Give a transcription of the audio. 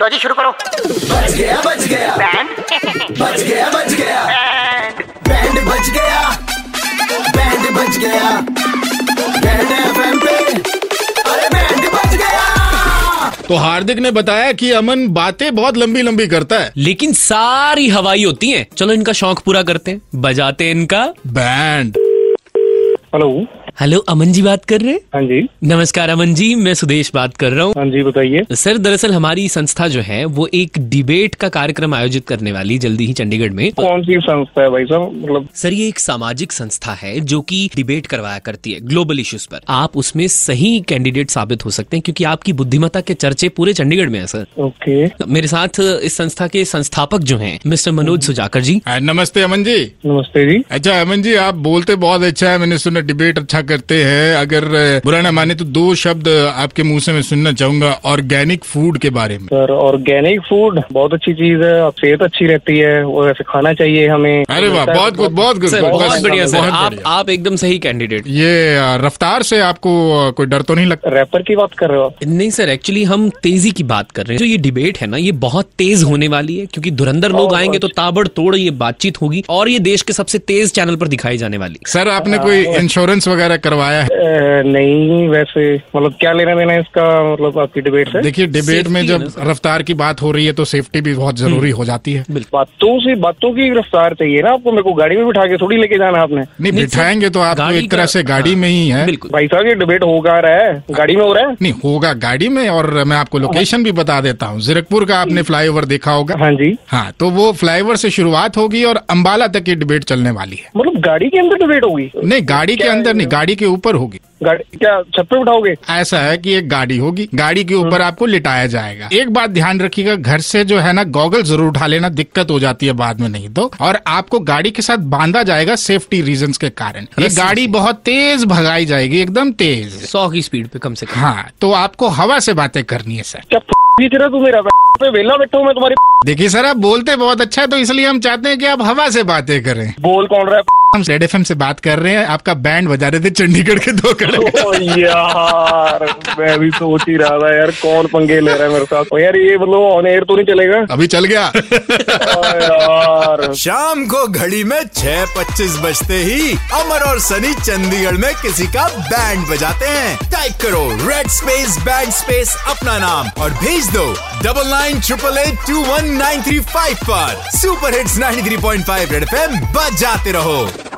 लो जी शुरू करो बच गया बच गया बैंड बच गया बच गया बैंड बच गया बैंड बच गया बैंड एफएम पे अरे बैंड बच गया तो हार्दिक ने बताया कि अमन बातें बहुत लंबी लंबी करता है लेकिन सारी हवाई होती हैं चलो इनका शौक पूरा करते हैं बजाते हैं इनका band hello hello Aman ji बात कर रहे हैं हाँ जी नमस्कार अमन जी मैं सुदेश बात कर रहा हूँ हाँ जी बताइए सर दरअसल हमारी संस्था जो है वो एक डिबेट का कार्यक्रम आयोजित करने वाली जल्दी ही चंडीगढ़ में कौन सी संस्था है भाई साहब मतलब सर ये एक सामाजिक संस्था है जो कि डिबेट करवाया करती है ग्लोबल इश्यूज पर आप उसमें सही कैंडिडेट साबित हो सकते हैं क्योंकि आपकी बुद्धिमत्ता के चर्चे पूरे चंडीगढ़ में है सर ओके मेरे साथ इस संस्था के संस्थापक जो हैं मिस्टर मनोज सुजाकर जी आ, नमस्ते अमन जी नमस्ते जी अच्छा अमन जी आप बोलते बहुत अच्छा है मैंने सुना डिबेट अच्छा करते हैं अगर अ, बुरा ना माने तो दो शब्द आपके मुंह से मैं सुनना चाहूंगा ऑर्गेनिक फूड के बारे में सर ऑर्गेनिक फूड बहुत अच्छी चीज है आप सेहत अच्छी रहती है और ऐसे खाना चाहिए हमें मतलब अरे वाह सर, बहुत गुड बहुत गुड सर बहुत बहुत बढ़िया सर बहुत आप बढ़िया। आप एकदम सही कैंडिडेट ये अ, रफ्तार से आपको अ, कोई डर तो नहीं लगता रैपर की बात कर रहे हो आप नहीं सर एक्चुअली हम तेजी की बात कर रहे हैं जो ये डिबेट है ना ये बहुत तेज होने वाली है क्योंकि धुरंधर लोग और- आएंगे तो ताबड़तोड़ ये बातचीत होगी और ये देश के सबसे तेज चैनल पर दिखाई जाने वाली है। सर आपने कोई हाँ, इंश्योरेंस वगैरह करवाया है अ, नहीं वैसे मतलब क्या लेना देना है इसका मतलब आपकी डिबेट से देखिए डिबेट में Safety है जब ना, सर। रफ्तार की बात हो रही है तो सेफ्टी भी बहुत जरूरी हो जाती है बातों से बातों की रफ्तार चाहिए ना आपको मेरे को गाड़ी में बिठा के थोड़ी लेके जाना है आपने नहीं नहीं, सर, बिठाएंगे तो आप गाड़ी एक तरह का- हाँ, से गाड़ी में ही है बिल्कुल भाई साहब ये डिबेट होगा रहा है गाड़ी में हो रहा है नहीं होगा गाड़ी में और मैं आपको लोकेशन भी बता देता हूँ जीरकपुर का आपने फ्लाईओवर देखा होगा हाँ जी हाँ तो वो फ्लाईओवर से शुरुआत होगी और अंबाला तक ये डिबेट चलने वाली है मतलब गाड़ी के अंदर डिबेट होगी नहीं गाड़ी के क्या- अंदर नहीं गाड़ी के ऊपर होगी गाड़ी क्या छत पे बिठाओगे ऐसा है कि एक गाड़ी होगी गाड़ी के ऊपर आपको लिटाया जाएगा एक बात ध्यान रखिएगा घर से जो है ना गॉगल जरूर उठा लेना दिक्कत हो जाती है बाद में नहीं तो और आपको गाड़ी के साथ बांधा जाएगा सेफ्टी रीजंस के कारण ये रस्सी गाड़ी बहुत तेज भगाई जाएगी एकदम तेज सौ की स्पीड पे कम से कम हाँ तो आपको हवा से बातें करनी है सर क्या खींच रहा तू मेरा पे वेला बैठा हूँ मैं तुम्हारी देखिए सर आप बोलते बहुत अच्छा है तो इसलिए हम चाहते हैं कि आप हवा से बातें करें बोल कौन रहा हम रेड एफ से बात कर रहे हैं आपका बैंड बजा रहे थे चंडीगढ़ के दो कड़े है ओ यार मैं भी सोच ही रहा था यार कौन पंगे ले रहा है मेरे साथ ओ यार ये मतलब ऑन एयर तो नहीं चलेगा अभी चल गया ओ यार शाम को घड़ी में छह पच्चीस बजते ही अमर और सनी चंडीगढ़ में किसी का बैंड बजाते हैं टाइप करो रेड स्पेस बैंड स्पेस अपना नाम और भेज दो double nine triple eight two one nine three five पर super hits 93.5 three point five red F बजाते रहो